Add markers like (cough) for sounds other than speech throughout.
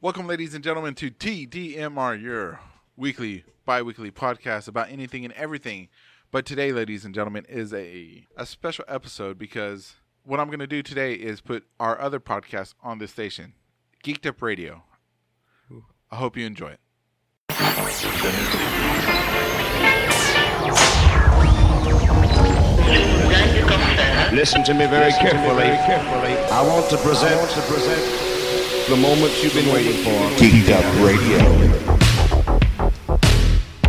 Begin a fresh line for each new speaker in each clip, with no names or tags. Welcome, ladies and gentlemen, to TDMR, your weekly, bi weekly podcast about anything and everything. But today, ladies and gentlemen, is a, a special episode because what I'm going to do today is put our other podcast on this station, Geeked Up Radio. I hope you enjoy it.
Listen to me very carefully. I want to present, the moment you've been waiting for.
Geeked Up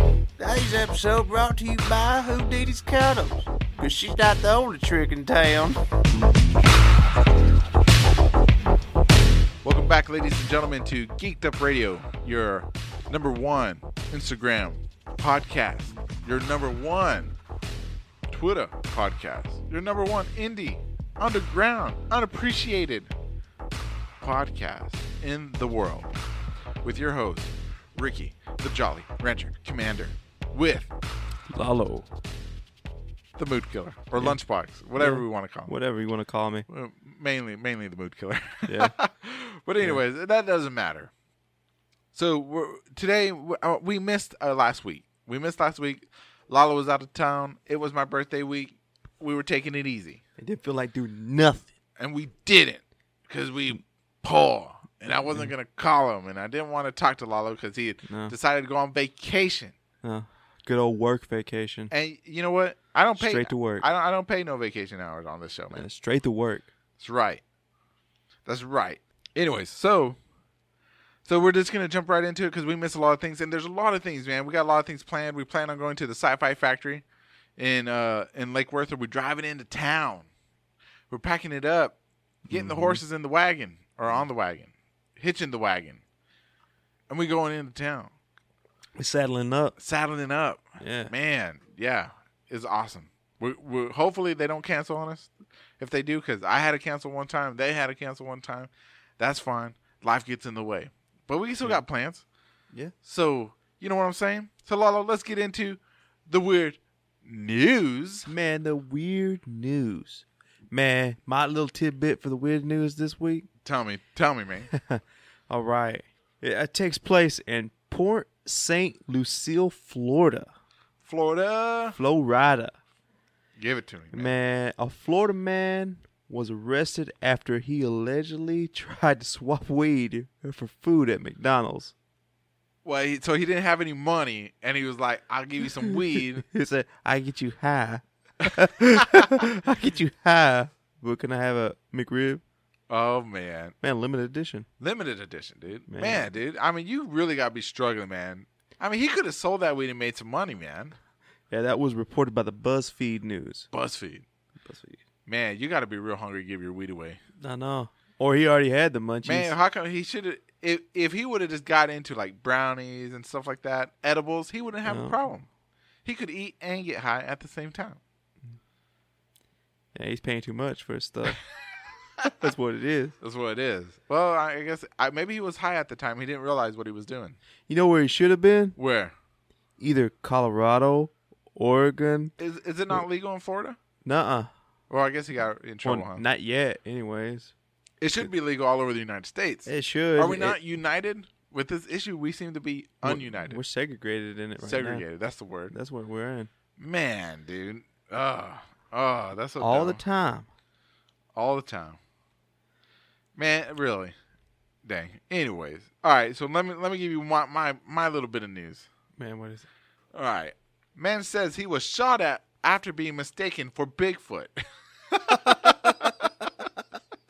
Radio.
Today's episode brought to you by Houdini's Cuddles, because she's not the only trick in town.
Welcome back, ladies and gentlemen, to Geeked Up Radio, your number one Instagram podcast, your number one Twitter podcast, your number one indie, underground, unappreciated podcast in the world. With your host, Ricky, the Jolly Rancher Commander, with
Lalo,
the Mood Killer, or Lunchbox, whatever we want to call him.
whatever you want to call me.
Uh, mainly mainly the mood killer. (laughs)
Yeah.
but anyways, that doesn't matter. So we're, today we- uh, we missed uh, last week. We missed last week. Lala was out of town. It was my birthday week. We were taking it easy,
I didn't feel like doing nothing.
and we didn't because we poor. And I wasn't gonna call him, and I didn't want to talk to Lalo because he had
Mm-hmm. No.
decided to go on vacation.
Uh, good old work vacation.
And you know what? I don't pay
Straight to work.
I don't. I don't pay no vacation hours on this show, man.
Uh, straight to work.
That's right. That's right. Anyways, so so we're just gonna jump right into it because we miss a lot of things, and there's a lot of things, man. We got a lot of things planned. We plan on going to the Sci-Fi Factory in uh in Lake Worth, or we're driving into town. We're packing it up, getting the horses in the wagon or on the wagon, hitching the wagon, and we going into town,
We're saddling up.
saddling up.
Yeah.
Man, yeah, it's awesome. We, we hopefully they don't cancel on us. If they do, because I had to cancel one time, they had to cancel one time. That's fine. Life gets in the way, but we still got plans.
Yeah.
So you know what I'm saying. So Lalo, let's get into the weird news.
Man, the weird news. Man, my little tidbit for the weird news this week.
Tell me, tell me, man.
(laughs) All right. It, it takes place in Port St. Lucie, Florida.
Florida,
Florida.
give it to me, man.
Man, a Florida man was arrested after he allegedly (laughs) tried to swap weed for food at McDonald's.
Well, he, so he didn't have any money, and he was like, "I'll give you
(laughs)
some weed."
He said, I get you high. (laughs) I get you high. But can I have a McRib?
oh man,
Man, limited edition.
Limited edition, dude. Man.
Man.
dude. I mean, you really gotta be struggling, man. I mean, he could have sold that weed and made some money, man.
Yeah, that was reported by the BuzzFeed News.
Buzzfeed,
BuzzFeed.
man, you gotta be real hungry to give your weed away,
I know. Or he already had the munchies.
man. How come he should have? If if he would have just got into like brownies and stuff like that, edibles, he wouldn't have a
No.
problem. He could eat and get high at the same time.
yeah, he's paying too much for his stuff. That's what it is.
That's what it is. Well, I I guess I, maybe he was high at the time. He didn't realize what he was doing.
You know where he should have been?
Where
Either Colorado, Oregon.
is is it not legal in Florida?
Nuh
Well, I guess he got in
uh.
trouble. huh?
Not yet, anyways.
It should be legal all over the United States.
It should.
Are we
It-
not united with this issue? We seem to be
we're-
ununited,
We're segregated in it right
segregated. That's the
now.
word.
That's what we're in.
Man, dude. Ugh. Oh, that's so
All the
dumb.
time.
All the time. Man, really. Dang. Anyways, all right. So let me let me give you my my, my little bit of news.
Man, what is it?
All right. Man says he was shot at after being mistaken for Bigfoot. (laughs)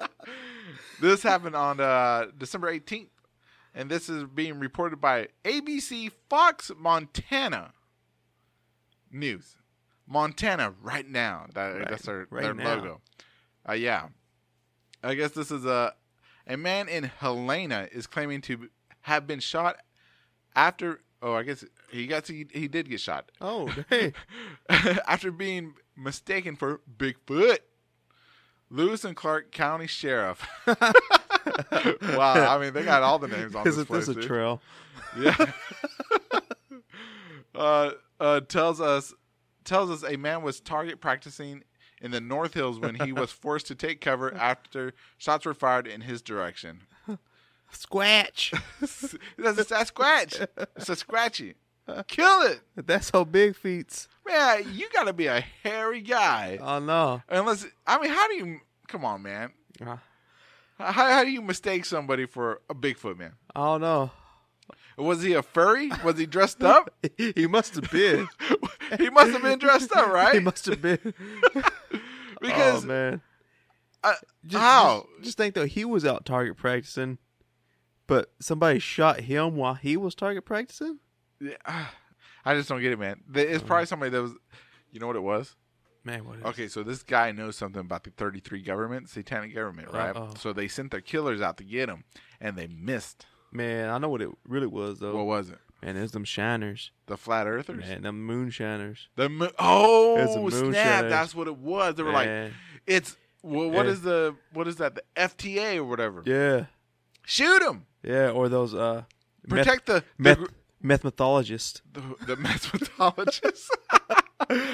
this happened on uh, December 18th, and this is being reported by ABC Fox Montana News. Montana right now. That,
Right-
that's their,
right
their
now.
logo. Uh, yeah. I guess this is a a man in Helena is claiming to have been shot after oh I guess he got he, he did get shot (laughs)
Oh, (laughs) hey.
after being mistaken for Bigfoot. Lewis and Clark County Sheriff. (laughs) wow, I mean they got all the names on this
Isn't
place.
this a
dude.
trail?
Yeah. uh, uh, tells us tells us a man was target practicing in the North Hills when he was forced to take cover after shots were fired in his direction. (laughs)
Squatch.
That's a Sasquatch. It's a scratchy. Kill it.
That's how big feats.
Man, you gotta be a hairy guy.
Oh no.
Unless I mean, how do you come on, man?
Uh,
How, how do you mistake somebody for a Bigfoot man?
I don't know. (laughs)
Was he a furry? Was he dressed up?
he must have been.
he must have been dressed up, (laughs) right?
(laughs) He must have
(laughs)
been.
because
oh man.
uh,
Just,
how?
Just, just think though, he was out target practicing, but somebody shot him while he was target practicing.
Yeah, I just don't get it, man. There-
Uh-huh.
It's probably somebody that was. You know what it was?
Man, what? Is
Okay, so this guy knows something about the 33 government, satanic government, right?
Uh-oh.
So they sent their killers out to get him, and they missed.
Man, I know what it really was though.
What was it?
man, it was them shiners.
The flat earthers?
Man, them moonshiners.
The mo- oh
It's a moon
snap!
shot.
That's what it was. They were
Man.
like, "It's well, what
Yeah.
is the what is that? The FTA or whatever?
Yeah,
Shoot him!
yeah. Or those uh, meth-
Protect the
meth,
the, gr-
meth mythologists
the, (laughs) the mathematologist."
(laughs)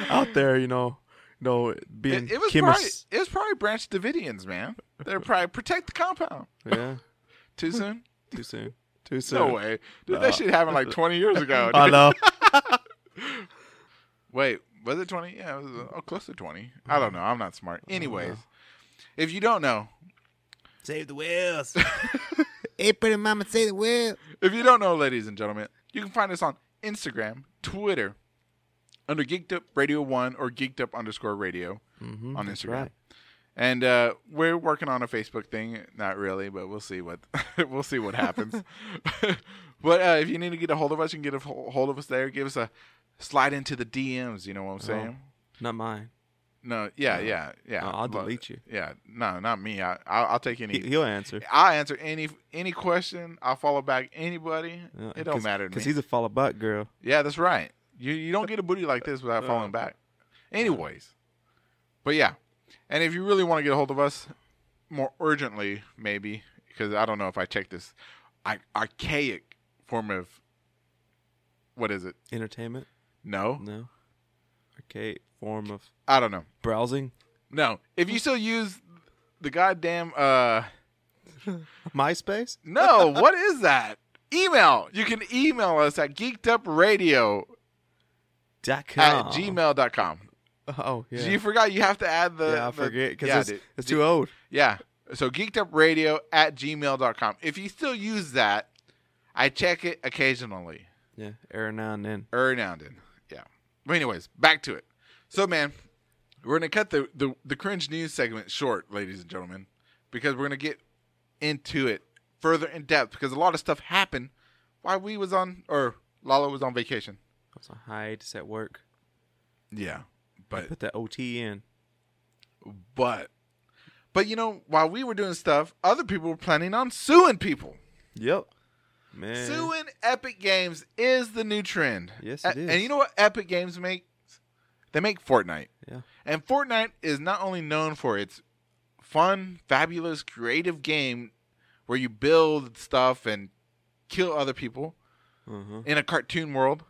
out there. You know, you know, being
it, it was
chemists.
probably it was probably Branch Davidians, man. They're probably protect the compound.
Yeah, (laughs)
Too soon?
too soon. Too soon.
(laughs) No way, dude. that shit happened
(laughs)
like 20 years ago. (laughs)
I
dude.
know.
Wait, was it 20? Yeah, it was uh, oh, close to 20. I don't know. I'm not smart. Anyways, if you don't know,
Save the whales. hey, pretty mama, save the whales.
If you don't know, ladies and gentlemen, you can find us on Instagram, Twitter, under Geeked Up Radio 1 or Geeked Up underscore radio on Instagram.
Mm-hmm, right.
And uh, we're working on a Facebook thing. Not really, but we'll see what (laughs) we'll see what
(laughs)
happens. (laughs) but uh, if you need to get a hold of us, you can get a ho- hold of us there. Give us a slide into the DMs. You know what
Oh.
I'm saying?
Not mine.
No, yeah, yeah, yeah.
No, I'll
Well,
delete you.
Yeah, no, not me. I, I'll, I'll take
He,
any.
he'll answer.
I'll answer any any question. I'll follow back anybody. it don't matter to
because
me.
he's a follow back girl.
Yeah, that's right. You you don't get a booty like this without falling back. Anyways, but yeah, and if you really want to get a hold of us more urgently, maybe because I don't know if I check this I, archaic form of what is it?
Entertainment?
No,
No. Archaic form of
I don't know.
browsing.
No, if you still use the goddamn uh
MySpace.
no, what is that? Email. You can email us at geekedupradio
Dot
at
com.
gmail.com.
Oh yeah.
You forgot you have to add the.
yeah, I
the-
forget because
yeah,
it's,
dude.
it's too old.
Yeah. So geekedupradio at gmail.com. If you still use that, I check it occasionally.
Yeah, every now and then.
Every now and then. Yeah. But anyways, back to it. So man, we're gonna cut the, the, the cringe news segment short, ladies and gentlemen, because we're gonna get into it further in depth because a lot of stuff happened while we was on or Lala was on vacation.
I was on hiatus at work.
Yeah. But
Put that OT in.
but but you know, while we were doing stuff, other people were planning on suing people.
Yep. Man.
Suing Epic Games is the new trend.
Yes, it
A-
is.
And you know what Epic Games makes? They make Fortnite.
Yeah.
And Fortnite is not only known for its fun, fabulous, creative game where you build stuff and kill other people
Uh-huh.
in a cartoon world,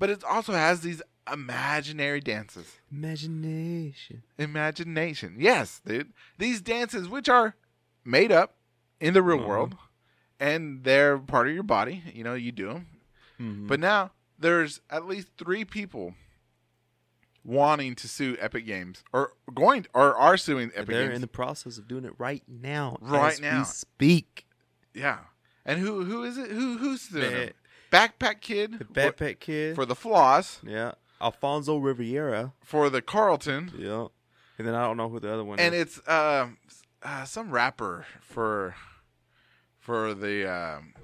but it also has these imaginary dances.
Imagination.
Imagination. Yes, dude. These dances, which are made up in the real
Uh-huh.
world and they're part of your body, you know, you do them.
Mm-hmm.
But now there's at least three people wanting to sue Epic Games or going or are suing Epic
They're
Games.
in the process of doing it right now.
Right
as
now.
We speak.
yeah. And who who is it? Who who's suing
Ba-
them? Backpack Kid
The
for-
backpack kid.
for the floss,
yeah. Alfonso Riviera.
for the Carlton,
Yeah. And then I don't know who the other one
and
is.
it's um uh, some rapper for for the um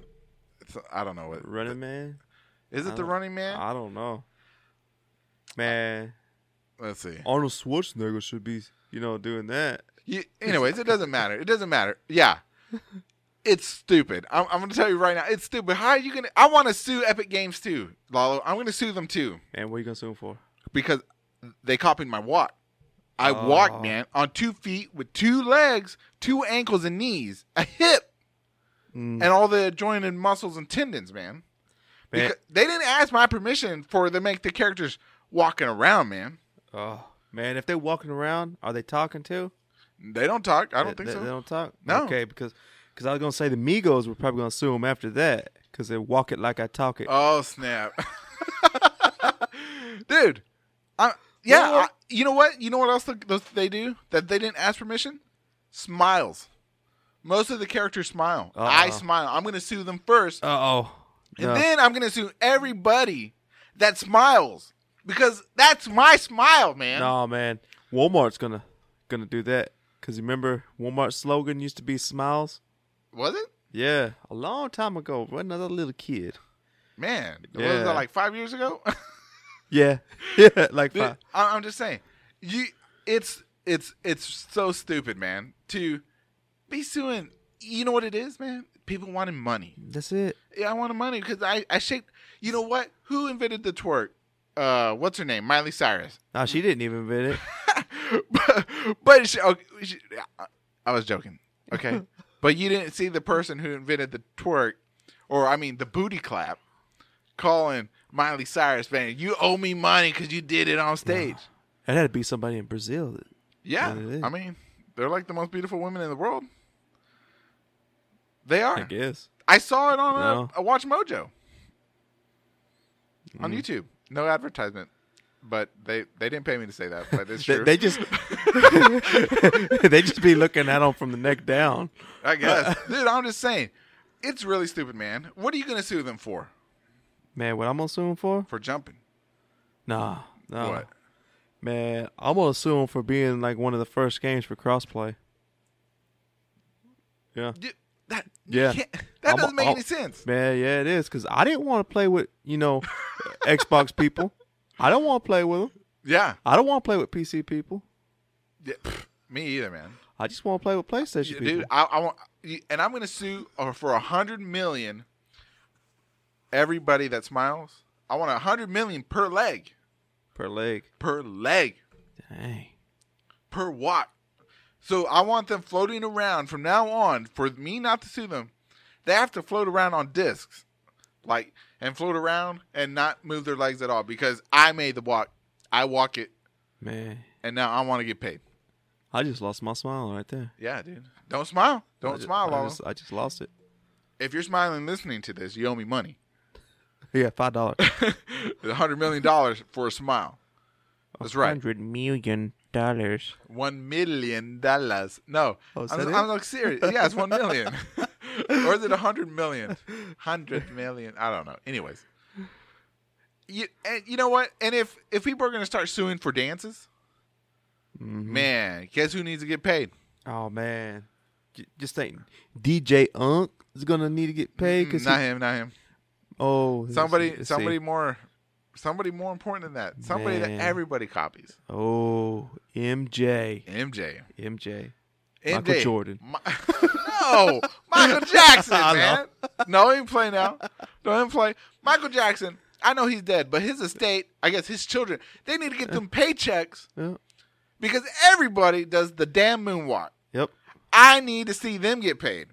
it's, I don't know what
Running Man.
is it
I
the
don't-
Running Man?
I don't know. Man,
Let's see.
Arnold Schwarzenegger should be, you know, doing that.
You, anyways, it doesn't matter. It doesn't matter. Yeah. It's stupid. I'm, I'm going to tell you right now. It's stupid. How are you going to? I want to sue Epic Games too, Lalo. I'm going to sue them too
And what are you gonna sue him for?
because they copied my walk. I
Oh.
walked, man, on two feet with two legs, two ankles and knees, a hip, and all the adjoining muscles and tendons, man.
Man.
Because they didn't ask my permission for to make the characters walking around, man.
Oh man, if they're walking around, are they talking too?
They don't talk. I don't
they,
think
they-
so.
They don't talk.
No.
Okay, because Because I was gonna say the Migos were probably gonna sue him after that because they walk it like I talk it.
Oh snap, (laughs) dude! I, yeah, I- you know what? You know what else th- th- they do that they didn't ask permission? Smiles. Most of the characters smile. I
Uh-oh.
smile. I'm gonna sue them first,
Uh-huh. Uh oh.
and then I'm gonna sue everybody that smiles because that's my smile, man.
No man, Walmart's gonna gonna do that because remember Walmart's slogan used to be smiles.
Was it?
Yeah, a long time ago, when another little kid.
Man, was
Yeah.
that like five years ago? (laughs)
Yeah, (laughs) yeah, like
Dude,
five.
I, I'm just saying, you it's it's it's so stupid, man. To be suing, you know what it is, man. People wanting money.
That's it.
Yeah, I wanted money because I I shaped. You know what? Who invented the twerk? Uh, what's her name? Miley Cyrus. (laughs)
No, she didn't even invent it.
but but she, okay, she- I- I was joking. Okay, but you didn't see the person who invented the twerk, or I mean the booty clap, calling Miley Cyrus, man, you owe me money because you did it on stage.
It had to be somebody in Brazil. that-
Yeah,
Yeah, it is.
I mean, they're like the most beautiful women in the world. They are.
I guess.
I saw it on uh
No.
a, Watch Mojo
Mm.
on YouTube. No advertisement, but they they didn't pay me to say that, but it's
(laughs) They,
true. (laughs)
they just they just be looking at them from the neck down.
I
(laughs)
guess, dude. I'm just saying, it's really stupid, man. What are you gonna sue them for?
Man, what I'm gonna sue him for?
For jumping?
Nah, nah.
What?
Man, I'm gonna sue him for being like one of the first games for crossplay. Yeah.
Dude, that you
Yeah.
can't- that
I'm-
doesn't make
I'm-
any sense.
Man, yeah, it is because I didn't want to play with
(laughs)
you know Xbox people. I don't want to play with them.
Yeah,
I don't want to play with PC people.
Yeah, pfft, me either, man.
I just want to play with PlayStation
Yeah,
people.
dude. I, I want, and I'm going to sue uh, for a hundred million. Everybody that smiles, I want a hundred million per leg,
per leg.
per leg,
Dang.
per watt. So I want them floating around from now on. For me not to sue them, they have to float around on discs, like and float around and not move their legs at all because I made the walk. I walk it,
Man,
and now I want to get paid.
I just lost my smile right there.
Yeah, dude. Don't smile.
I
Don't
ju-
smile,
I
Lalo.
just, uh I just lost it.
If you're smiling, listening to this, you owe me money.
Yeah, five (laughs) dollars.
A hundred million dollars for a smile. That's right.
Hundred million dollars.
One million dollars. No,
Oh, is
I'm,
that it?
I'm like serious. Yeah, it's one million. (laughs) or is it a hundred million? Hundred million. I don't know. Anyways, you and you know what? And if if people are gonna start suing for dances,
Mm-hmm.
man, guess who needs to get paid?
Oh man, J- just think, DJ Unk is gonna need to get paid because
Mm, Not him. Not him.
oh let's
Somebody.
see, let's see.
somebody more. Somebody more important than that. Somebody
Man.
that everybody copies.
Oh MJ
MJ.
MJ.
And
Michael Jordan.
Mi- (laughs) no,
(laughs)
Michael Jackson,
I
man. No, he didn't play now. No, he didn't play. Michael Jackson. I know he's dead, but his estate, I guess his children, they need to get them paychecks
Yeah.
because everybody does the damn moonwalk.
Yep.
I need to see them get paid.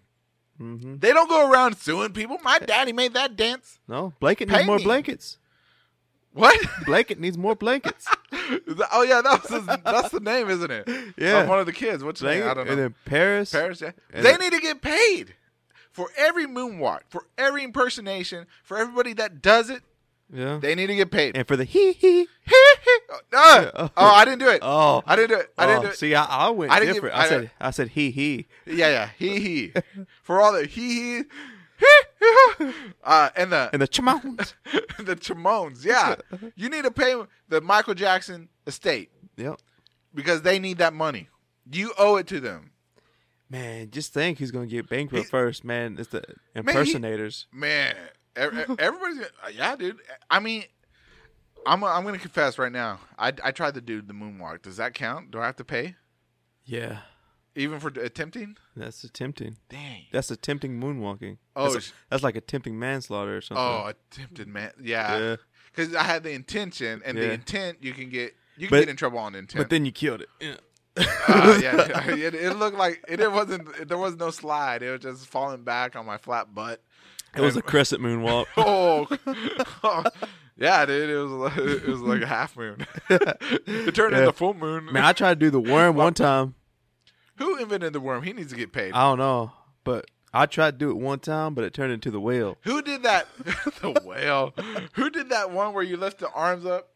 Mm-hmm.
They don't go around suing people. My daddy made that dance.
No blanket
Pay
needs more
me.
blankets.
What?
Blanket needs more blankets.
(laughs) oh yeah, that was his, that's the name, isn't it?
(laughs) Yeah.
Of one of the kids. What's his name? I
Blanket,
don't know.
and then Paris.
Paris, yeah.
And
they
it-
need to get paid for every moonwalk, for every impersonation, for everybody that does it.
Yeah.
They need to get paid.
and for the hee hee.
oh, no.
(laughs)
oh, I didn't do it.
Oh.
I didn't do it. I didn't
Oh,
do it.
See, I, I went
I didn't give-
different.
I
I said,
don't-
I said hee hee.
Yeah, yeah. He he. for all the he he. Uh, and the
And the chmount.
(laughs) the Chamones, yeah,
(laughs)
you need to pay the Michael Jackson estate
yep.
because they need that money. You owe it to them,
Man, just think who's gonna get bankrupt
He-
first, man. It's the
he-
impersonators.
man. e- e- Everybody's, gonna- yeah, dude. I mean, I'm I'm gonna confess right now. I I tried to do the moonwalk. Does that count? Do I have to pay
yeah.
even for attempting?
That's attempting.
Dang.
That's attempting moonwalking.
Oh,
that's,
sh-
that's like attempting manslaughter or something.
Oh, attempted man. Yeah.
Yeah.
Because I had the intention, and the
Yeah.
intent you can get you can
But-
get in trouble on intent.
but then you killed it. Yeah.
Uh,
(laughs)
yeah, (laughs) it, it looked like it, it wasn't. There was no slide. It was just falling back on my flat
(laughs)
butt.
It was a
(laughs)
crescent moonwalk.
Oh, yeah, dude. It was (laughs) it was like a half moon. (laughs) it turned
Yeah.
into full moon.
man, I tried to do the worm one time. Uh,
Who invented the worm? He needs to get paid.
I don't know, but I tried to do it one time, but it turned into the whale.
Who did that? (laughs) the whale. Who did that one where you lift the arms up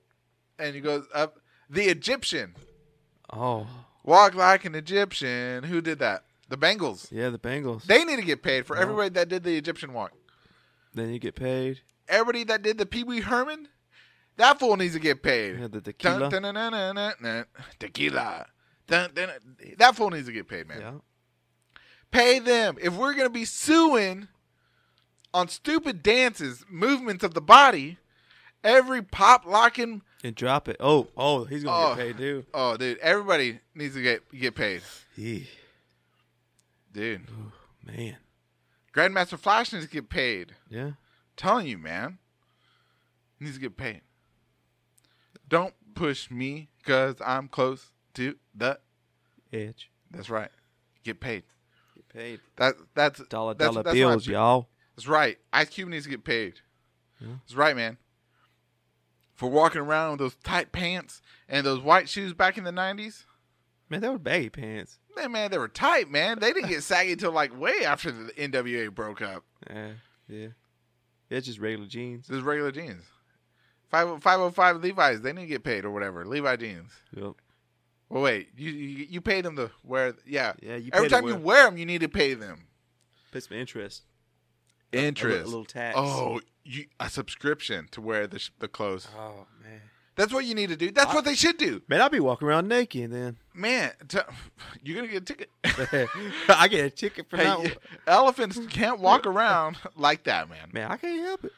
and you goes up? The Egyptian.
Oh,
Walk like an Egyptian. Who did that? The Bengals.
yeah, the Bengals.
They need to get paid for everybody that did the Egyptian walk.
then you get paid.
Everybody that did the Pee Wee Herman, that fool needs to get paid.
Yeah, the
Dun,
tequila.
dun, dun, dun, dun, dun, dun. Tequila. Dun, dun, dun. That fool needs to get paid, man.
Yeah.
Pay them. If we're going to be suing on stupid dances, movements of the body, every pop locking.
And drop it. Oh, oh, he's gonna
Oh.
get paid too.
Oh, dude, everybody needs to get, get paid.
Yeah,
Dude,
man.
Grandmaster Flash needs to get paid.
Yeah.
telling you, man. Needs to get paid. Don't push me because I'm close to the.
Edge.
That's right. Get paid.
Get paid.
That that's
Dollar
that's,
dollar
that's my
bills,
pe-
y'all.
That's right. Ice Cube needs to get paid. That's right, man. For walking around with those tight pants and those white shoes back in the '90s,
Man, that was baggy pants.
they, man, they were tight, man. They didn't
(laughs)
get saggy till like way after the NWA broke up.
Yeah, yeah. That's just regular jeans.
Just regular jeans. Five five oh five Levi's. They didn't get paid or whatever. Levi jeans.
Yep.
Well, wait. You you, you paid them to wear. Yeah.
Yeah, you
Every
pay to
time you
wear.
wear them, you need to pay them
Put some interest.
interest,
a little tax.
Oh, you, a subscription to wear the sh- the clothes.
Oh man.
That's what you need to do. That's what they should do.
Man, I'll be walking around naked then. (laughs)
Man, t- (laughs) you're gonna get a ticket.
I get a ticket for
Hey,
(laughs)
(laughs)
not.
you- elephants can't walk around like that, man.
Man, I can't help it.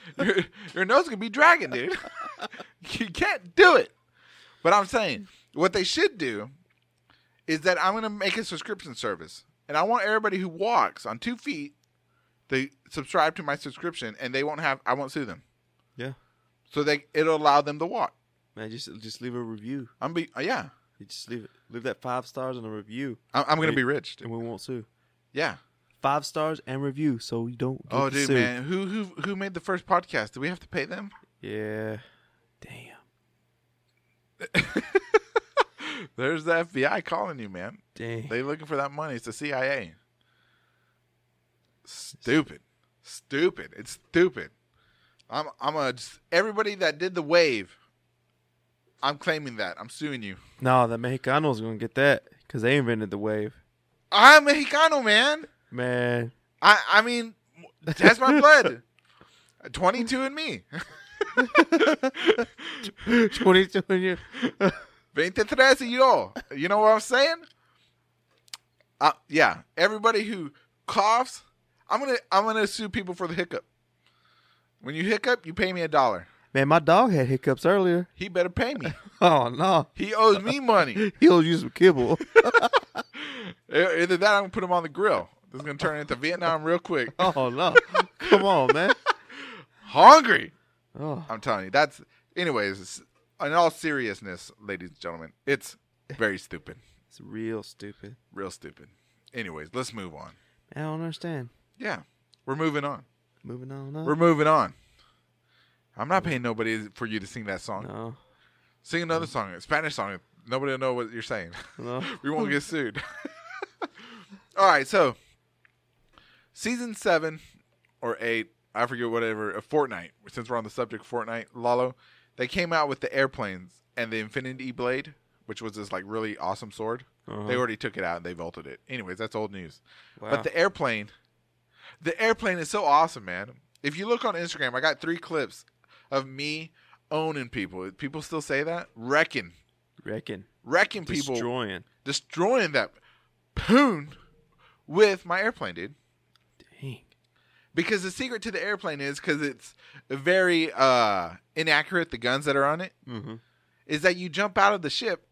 (laughs) your, your nose could be dragging, dude. (laughs) you can't do it. But I'm saying what they should do is that I'm going to make a subscription service, and I want everybody who walks on two feet they subscribe to my subscription, and they won't have I won't sue them.
Yeah.
So they it'll allow them to walk.
Man, just just leave a review.
I'm be uh, yeah.
You just leave it. Leave that five stars and a review,
I'm, I'm going to
Hey.
be rich. dude.
and we won't sue.
Yeah.
Five stars and review, so you don't. Get
Oh, dude,
sued.
man, who who who made the first podcast? Do we have to pay them?
Yeah. Damn.
There's the FBI calling you, man.
Dang.
They looking for that money. It's the CIA. Stupid, stupid. It's stupid. I'm I'm a just, everybody that did the wave. I'm claiming that. I'm suing you.
no, the Mexicanos gonna get that because they invented the wave.
I'm Mexicano, man.
(laughs) Man,
I I mean, that's my blood. Twenty two and me.
twenty-two in
23
you.
y yo. You know what I'm saying? Uh, yeah. Everybody who coughs, I'm gonna I'm gonna sue people for the hiccup. When you hiccup, you pay me a dollar.
Man, my dog had hiccups earlier.
He better pay me.
(laughs) Oh no,
He owes me money.
he'll use some kibble.
E- Either that, I'm gonna put him on the grill. This is gonna turn into Vietnam real quick.
Oh no, (laughs) come on, man.
Hungry.
Oh,
I'm telling you. That's anyways. it's- In all seriousness, ladies and gentlemen, it's very stupid.
it's real stupid.
Real stupid. Anyways, let's move on.
I don't understand.
Yeah, we're moving on.
Moving on up.
We're moving on. I'm not paying nobody for you to sing that song.
no,
Sing another song, a Spanish song. Nobody will know what you're saying.
no.
(laughs) we won't get sued. All right, so season seven or eight, I forget whatever, of Fortnite. Since we're on the subject of Fortnite, Lalo, they came out with the airplanes and the Infinity Blade, which was this like really awesome sword. They already took it out and they vaulted it. Anyways, that's old news.
Uh-huh. Wow.
But the airplane, the airplane is so awesome, man. If you look on Instagram, I got three clips of me owning people. People still say that wrecking,
Reckon
wrecking people
destroying.
destroying that poon with my airplane, dude.
Dang.
Because the secret to the airplane is because it's very uh, inaccurate. The guns that are on it is
Mhm.
that you jump out of the ship,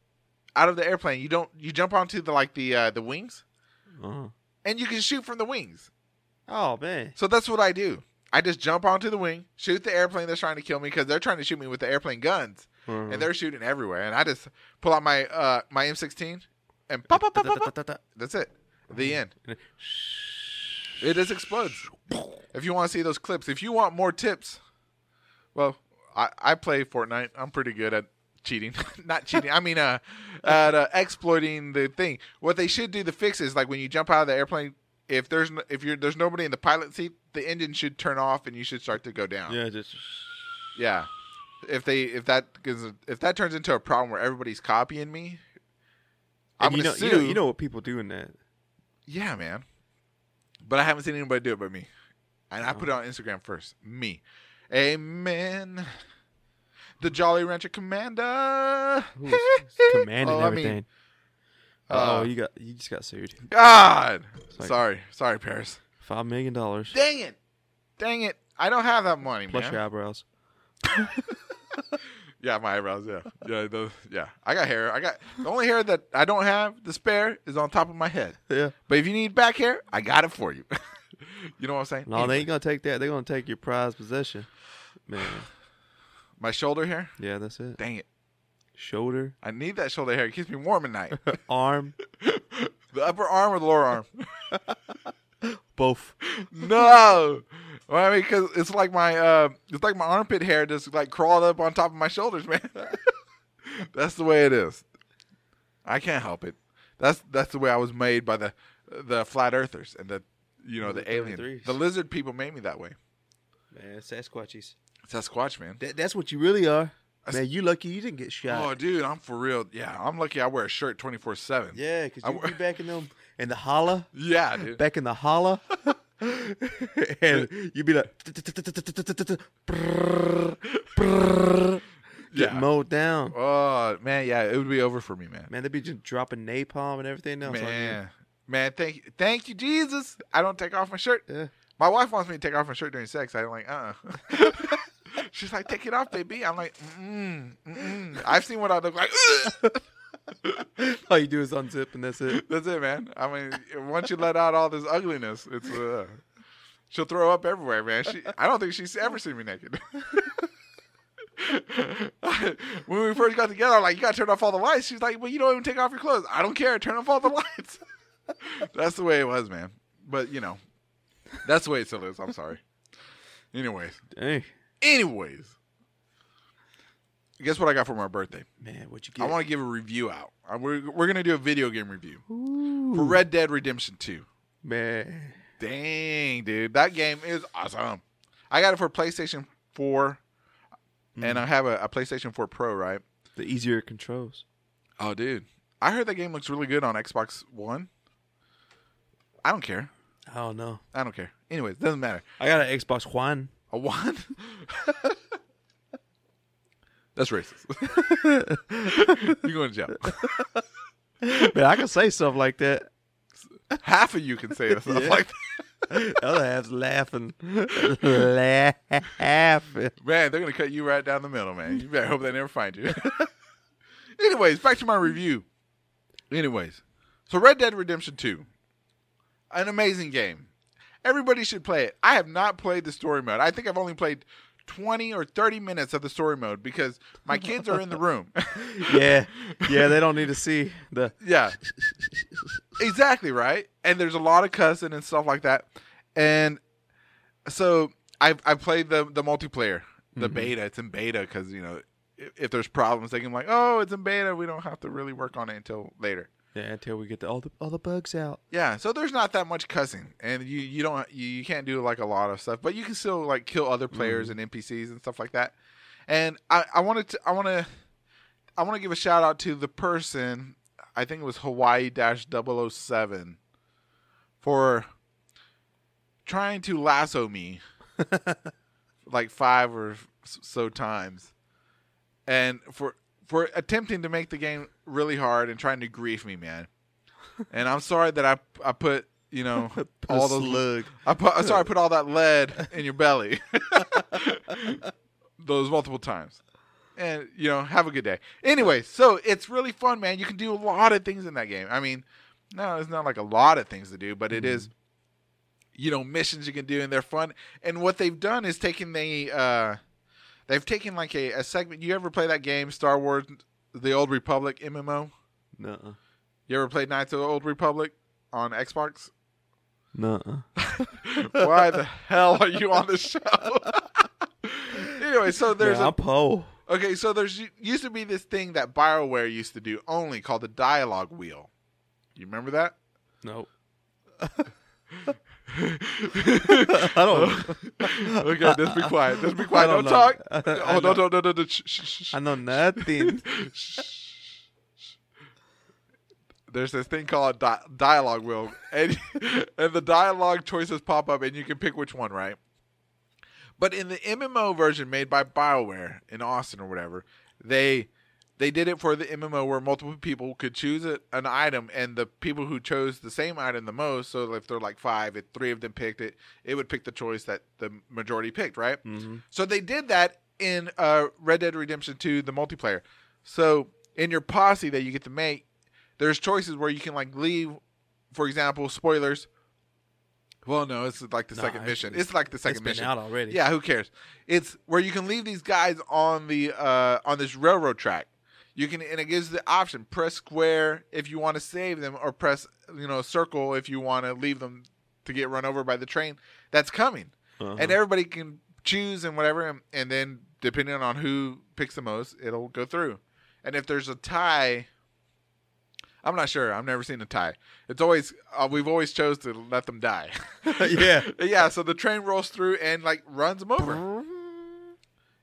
out of the airplane. You don't. You jump onto the like the uh, the wings,
Oh.
and you can shoot from the wings.
oh man.
So that's what I do. I just jump onto the wing, shoot the airplane that's trying to kill me because they're trying to shoot me with the airplane guns, and they're shooting everywhere. And I just pull out my uh, my M16 and pop, pop, pop, pop, pop, That's it.
Mm-hmm.
The end. It just explodes. If you want to see those clips, if you want more tips, well, I, I play Fortnite. I'm pretty good at cheating. (laughs) Not cheating. I mean, uh, at uh, exploiting the thing. What they should do to fix is like when you jump out of the airplane if there's n if you're there's nobody in the pilot seat, the engine should turn off and you should start to go down.
Yeah, just
Yeah. If they if that gives a- if that turns into a problem where everybody's copying me, I'm
And you
gonna
know,
sue.
you know, you know what people do in (laughs) that.
Yeah, man. But I haven't seen anybody do it but me, and I put it on Instagram first. Me, amen. The Jolly Rancher Commander.
Ooh, it's- it's commanding
Oh, I mean,
everything.
uh,
oh, you got you just got sued.
God.
like-
sorry, sorry, Paris.
Five million dollars
Dang it, dang it. I don't have that money,
plus
man.
your eyebrows.
Yeah, my eyebrows. Yeah, yeah, those, yeah. I got hair. I got the only hair that I don't have, the spare, is on top of my head.
Yeah.
But if you need back hair, I got it for you. (laughs) you know what I'm saying?
No, they ain't gonna take that. They're gonna take your prized possession. Man,
My shoulder hair.
yeah, that's it.
Dang it,
Shoulder,
I need that shoulder hair. It keeps me warm at night.
arm,
the upper arm or the lower arm?
both.
no. Well, I mean, because it's like my uh, it's like my armpit hair just like crawled up on top of my shoulders, man. (laughs) that's the way it is. I can't help it. That's that's the way I was made by the the flat earthers and the you know the,
The
alien
33s.
the lizard people made me that way.
Man, Sasquatches.
Sasquatch, man.
That, that's what you really are.
That's-
Man, you lucky you didn't get shot.
Oh, dude, I'm for real. Yeah, I'm lucky. I wear a shirt 24 seven.
yeah, because
I
you
wo-
be back in them (laughs) in the holla,
Yeah, dude.
back in the holla, (laughs) and you'd be like, (laughs) brrr, brrr, get
Yeah.
mowed down.
Oh man, yeah, it would be over for me, man.
Man, they'd be just dropping napalm and everything else. on you.
Man, man, thank you, thank you, Jesus. I don't take off my shirt.
Yeah.
My wife wants me to take off my shirt during sex. I'm like, uh. (laughs) She's like, take it off, baby. I'm like, mm, mm. I've seen what I look like.
(laughs)
(laughs)
All you do is unzip and that's it.
That's it, man. I mean, once you let out all this ugliness, it's uh, she'll throw up everywhere, man. She, I don't think she's ever seen me naked. (laughs) when we first got together, I'm like, you gotta turn off all the lights. She's like, well, you don't even take off your clothes. I don't care. Turn off all the lights. (laughs) that's the way it was, man. But you know, that's the way it still is. I'm sorry. Anyways,
Dang.
anyways, guess what I got for my birthday?
Man, what you
I
get?
want to give a review out. Uh, We're, we're going to do a video game review for Red Dead Redemption 2.
Man.
Dang, dude. That game is awesome. I got it for PlayStation 4, and I have a, a PlayStation 4 Pro, right?
The easier it controls.
Oh, dude. I heard that game looks really good on Xbox One. I don't care.
I don't know.
I don't care. Anyways, doesn't matter.
I got an Xbox One.
A one? (laughs) That's (laughs) racist. You're going to (laughs) jail.
(laughs) Man, I can say stuff like that.
Half of you can say stuff
Yeah.
like that.
The other half's laughing. (laughs) laughing.
(laughs) Man, they're gonna cut you right down the middle, man. You better hope they never find you. (laughs) Anyways, back to my review. Anyways, so Red Dead Redemption 2, an amazing game. Everybody should play it. I have not played the story mode. I think I've only played 20 or 30 minutes of the story mode because my kids are in the room.
Yeah. Yeah, they don't need to see the.
yeah. Exactly, right? And there's a lot of cussing and stuff like that. And so I I played the the multiplayer, the beta. It's in beta cuz you know, if, if there's problems they can like, "Oh, it's in beta. We don't have to really work on it until later."
Yeah, until we get the, all the all the bugs out.
Yeah, so there's not that much cussing, and you you don't you, you can't do like a lot of stuff, but you can still like kill other players and NPCs and stuff like that. And I I wanted to I want to I want to give a shout out to the person I think it was Hawaii 007 for trying to lasso me like five or so times, and for for attempting to make the game really hard and trying to grief me, man. And I'm sorry that I I put you know all those
slug.
I put, I'm sorry I put all that lead in your belly (laughs) those multiple times. And you know, have a good day. Anyway, so it's really fun, man. You can do a lot of things in that game. I mean, no, it's not like a lot of things to do, but it is you know, missions you can do and they're fun. And what they've done is taken the uh they've taken like a, a segment you ever play that game, Star Wars the Old Republic MMO?
Nuh-uh.
You ever played Knights of the Old Republic on
(laughs)
Xbox?
Nuh-uh.
Why the hell are you on the show? (laughs) anyway, so there's
Man,
a
I'm Poe.
Okay, so there's used to be this thing that BioWare used to
(laughs)
do only called the dialogue wheel. You remember that?
Nope. I don't.
okay, let's be quiet. Let's be
I
quiet. Don't,
don't know.
talk.
(laughs) I- I
oh, no, no, no, no, no. Shh, shh, shh, shh.
I know nothing.
There's this thing called di- dialogue wheel, and (laughs) and the dialogue choices pop up, and you can pick which one, right? But in the MMO version made by BioWare in Austin or whatever, they they did it for the MMO where multiple people could choose a, an item, and the people who chose the same item the most, so if they're like five, if three of them picked it, it would pick the choice that the majority picked, right? So they did that in uh, Red Dead Redemption 2, the multiplayer. So in your posse that you get to make, there's choices where you can like leave, for example, spoilers. Well, no, it's like the
Nah,
second
it's-
mission. It's like the second
it's been
mission
out already.
Yeah, who cares? It's where you can leave these guys on the uh, on this railroad track. You can and it gives the option: press square if you want to save them, or press you know circle if you want to leave them to get run over by the train that's coming.
Uh-huh.
And everybody can choose and whatever, and, and then depending on who picks the most, it'll go through. And if there's a tie, I'm not sure. I've never seen a tie. It's always uh, we've always chose to let them die.
(laughs)
(laughs)
yeah.
yeah, so the train rolls through and like runs them over.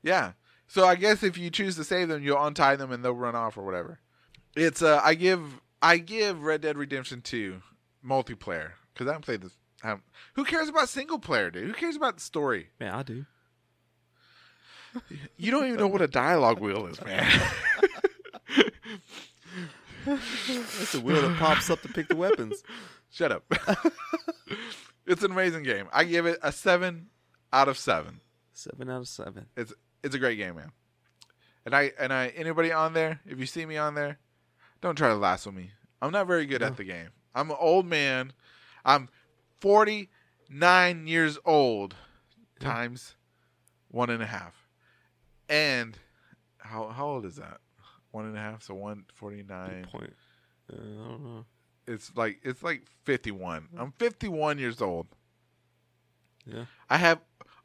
Yeah. So I guess if you choose to save them, you'll untie them and they'll run off or whatever. It's uh I give I give Red Dead Redemption 2 multiplayer cuz I haven't played this. I haven't- who cares about single player, dude? Who cares about story?
Man, I do.
You don't even know what a dialogue wheel is, man. (laughs)
It's a wheel that pops up to pick the weapons.
Shut up. (laughs) it's an amazing game. I give it a 7 out of 7.
Seven out of seven.
It's it's a great game, man. And I and I anybody on there, if you see me on there, don't try to lasso me. I'm not very good at the game. I'm an old man. I'm 49 years old times one and a half. And how how old is that? One and a half, so one forty nine.
Point. Uh, I don't know.
It's like it's like fifty one. I'm fifty one years old.
Yeah.
I have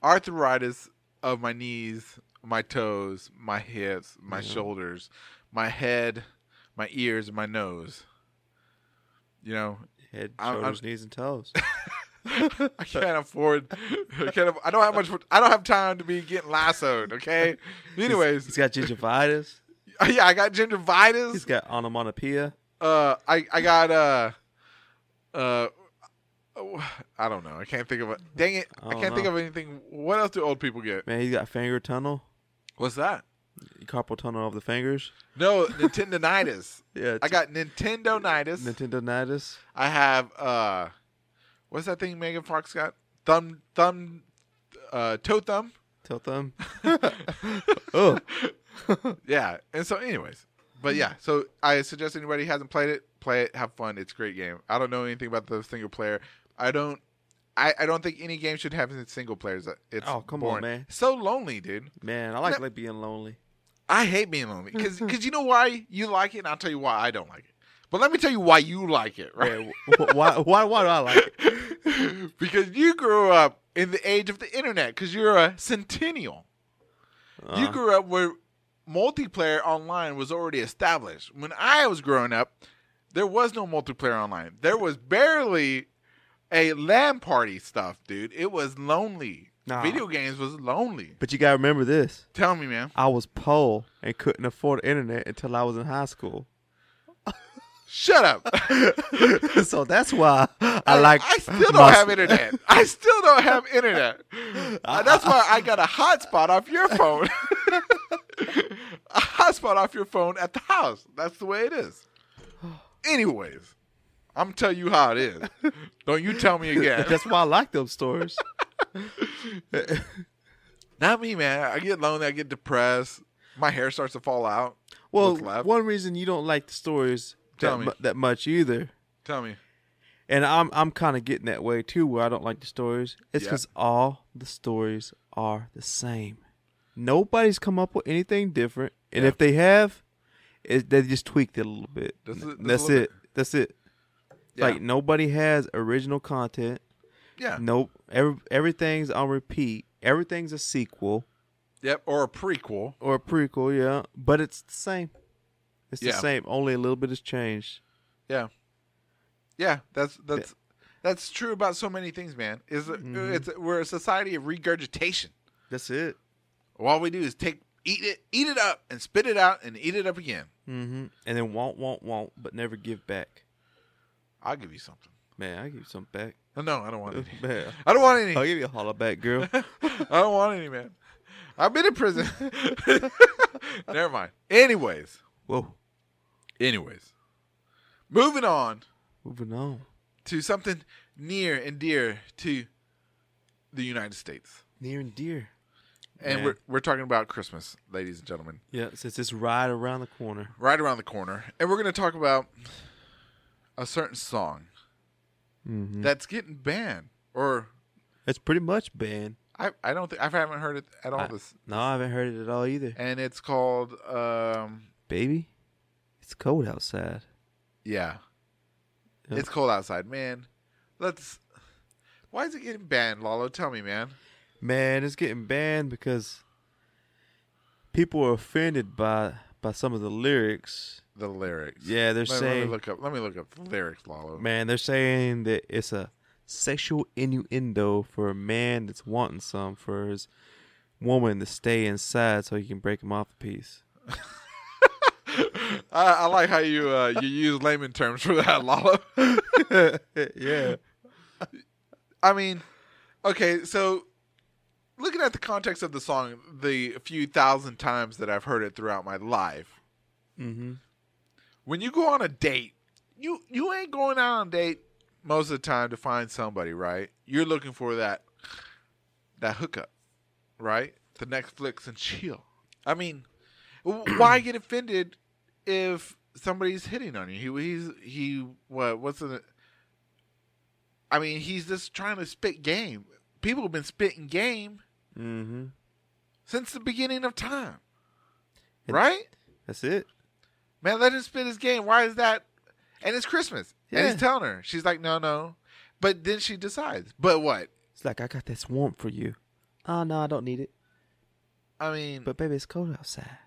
arthritis of my knees, my toes, my hips, my shoulders, my head, my ears, and my nose. You know,
Head,
I'm- I'm-
shoulders, knees, and (laughs) toes.
I can't afford. I can't. aff- I don't have much. I don't have time to be getting lassoed. Okay. Anyways,
he's got gingivitis.
yeah, I got gingivitis.
He's got onomatopoeia.
uh, I I got uh, uh, I don't know. I can't think of it. Dang it!
I
I,
don't
can't think
know.
of anything. What else do old people get?
Man, he's got finger tunnel,
What's that?
carpal tunnel of the fingers.
No, Nintendonitis.
(laughs) Yeah,
I got Nintendo Nitis.
Nintendo nitis.
I have uh, what's that thing Megan Fox got? Thumb, thumb, uh, toe thumb.
Tell (laughs) them. oh,
Yeah. And so, anyways, but yeah. So I suggest anybody who hasn't played it, play it. Have fun. It's a great game. I don't know anything about the single player. I don't. I, I don't think any game should have any single players. It's
Oh, come on,
boring.
man.
So lonely, dude.
man, I like, like being lonely.
I hate being lonely
(laughs)
because you know why you like it, and I'll tell you why I don't like it. But let me tell you why you like it, right?
Wait, wh- why, why, why do I like it?
because you grew up in the age of the internet because you're a centennial. you grew up where multiplayer online was already established. When I was growing up, there was no multiplayer online. There was barely a LAN party stuff, dude. It was lonely.
Nah.
Video games was lonely.
But you gotta remember this:
Tell me, man.
I was poor and couldn't afford the internet until I was in high school. (laughs)
Shut up. (laughs)
so that's why I like.
I still don't
my-
have
(laughs)
internet. I still don't have internet. Uh, that's why I got a hotspot off your phone. (laughs) a hotspot off your phone at the house. That's the way it is. Anyways, I'm tell you how it is. Don't you tell me again.
(laughs) That's why I like those stories.
(laughs) Not me, man. I get lonely. I get depressed. My hair starts to fall out.
Well,
What's left?
one reason you don't like the stories that,
Tell me.
mu- that much either,
Tell me.
and I'm I'm kind of getting that way too, where I don't like the stories. It's
Yeah.
because all the stories are the same. Nobody's come up with anything different, and if they have, it, they just tweaked it a little bit.
That's it- that's a
That's
little
it. That's it.
Yeah.
Like nobody has original content.
yeah.
Nope. Every, everything's on repeat. Everything's a sequel
Yep. Or a prequel.
or a prequel, yeah. But it's the same. It's
Yeah.
the same. Only a little bit has changed.
Yeah. Yeah. That's that's That's true about so many things, man. Is it's we're a society of regurgitation.
That's it.
All we do is take eat it, eat it up, and spit it out, and eat it up again.
Mm-hmm. And then won't, won't, won't, but never give back.
I'll give you something.
Man, I give you something back. (laughs)
No, no, I don't want any.
Man,
I don't want any.
I'll give you a holler back, (laughs) girl.
(laughs) I don't want any, man. I've been in prison. (laughs) Never mind. Anyways,
Whoa.
anyways, moving on
Moving on.
to something near and dear to the United States,
Near and dear.
and
Man.
we're we're talking about Christmas, ladies and gentlemen,
Yeah, since it's right around the corner.
right around the corner, and we're going to talk about a certain song
Mm-hmm.
that's getting banned, or
It's pretty much banned.
I I don't think I haven't heard it at all
I-
this,
No, I haven't heard it at all either.
and it's called um
Baby, it's cold outside.
Yeah.
Yeah.
It's cold outside, man. Let's. Why is it getting banned, Lalo? Tell me, man.
Man, it's getting banned because people are offended by by some of the lyrics.
The lyrics.
Yeah, they're
let, let
saying-
me look up. Let me look up the lyrics, Lalo.
Man, they're saying that it's a sexual innuendo for a man that's wanting some for his woman to stay inside so he can break him off a piece.
I, I like how you uh, you use layman terms for that, Lalo.
(laughs) yeah.
I mean, okay, so looking at the context of the song, the few thousand times that I've heard it throughout my life,
Mm-hmm.
when you go on a date, you you ain't going out on a date most of the time to find somebody, right? You're looking for that that hookup, right? The Netflix and chill. I mean, w- why get offended if somebody's hitting on you? He he's he what what's the I mean, he's just trying to spit game. People have been spitting game
Mm-hmm.
since the beginning of time. Right?
That's it.
Man, let him spit his game. Why is that? And it's Christmas. And
Yeah.
he's telling her. She's like, no, no. But then she decides. But what?
It's like I got this warmth for you. Oh no, I don't need it.
I mean,
But baby, it's cold outside.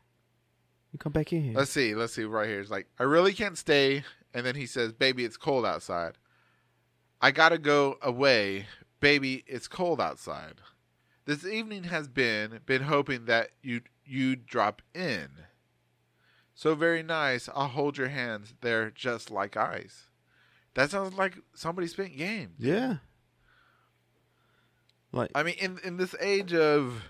You come back in here.
let's see. Let's see right here. It's like, I really can't stay. And then he says, baby, it's cold outside. I got to go away. Baby, it's cold outside. This evening has been been hoping that you you drop in. So very nice. I'll hold your hands. They're just like ice. That sounds like somebody spent game.
yeah. Like
I mean, in in this age of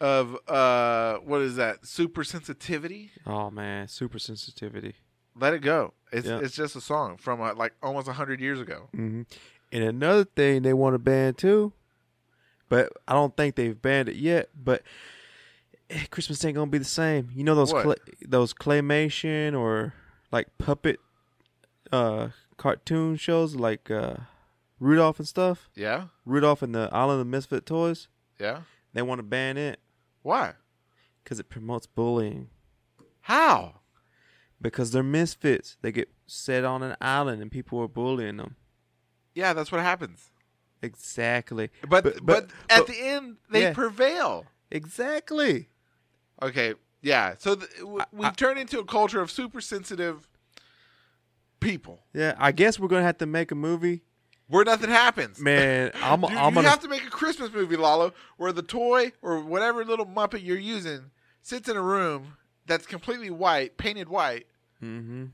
of uh, what is that? Super sensitivity.
oh man, super sensitivity.
Let it go. It's
Yeah.
it's just a song from uh, like almost hundred years ago.
Mm-hmm. And another thing they want to ban too, but I don't think they've banned it yet. But eh, Christmas ain't gonna be the same. You know those
What?
cla those claymation or like puppet uh cartoon shows like uh Rudolph and stuff.
Yeah,
Rudolph and the Island of Misfit Toys.
yeah.
They want to ban it
Why?
because it promotes bullying.
How?
Because they're misfits. They get set on an island and people are bullying them.
Yeah, that's what happens.
Exactly.
But but, at
but-
the end they
yeah.
prevail.
exactly.
Okay. Yeah. So th- w- we
I-
turn into a culture of super sensitive people
Yeah, I guess we're gonna have to make a movie,
where nothing happens. (laughs)
man. I'm
Dude,
I'm
you
gonna
have to make a Christmas movie, Lalo, where the toy or whatever little Muppet you're using sits in a room that's completely white, painted white,
hmm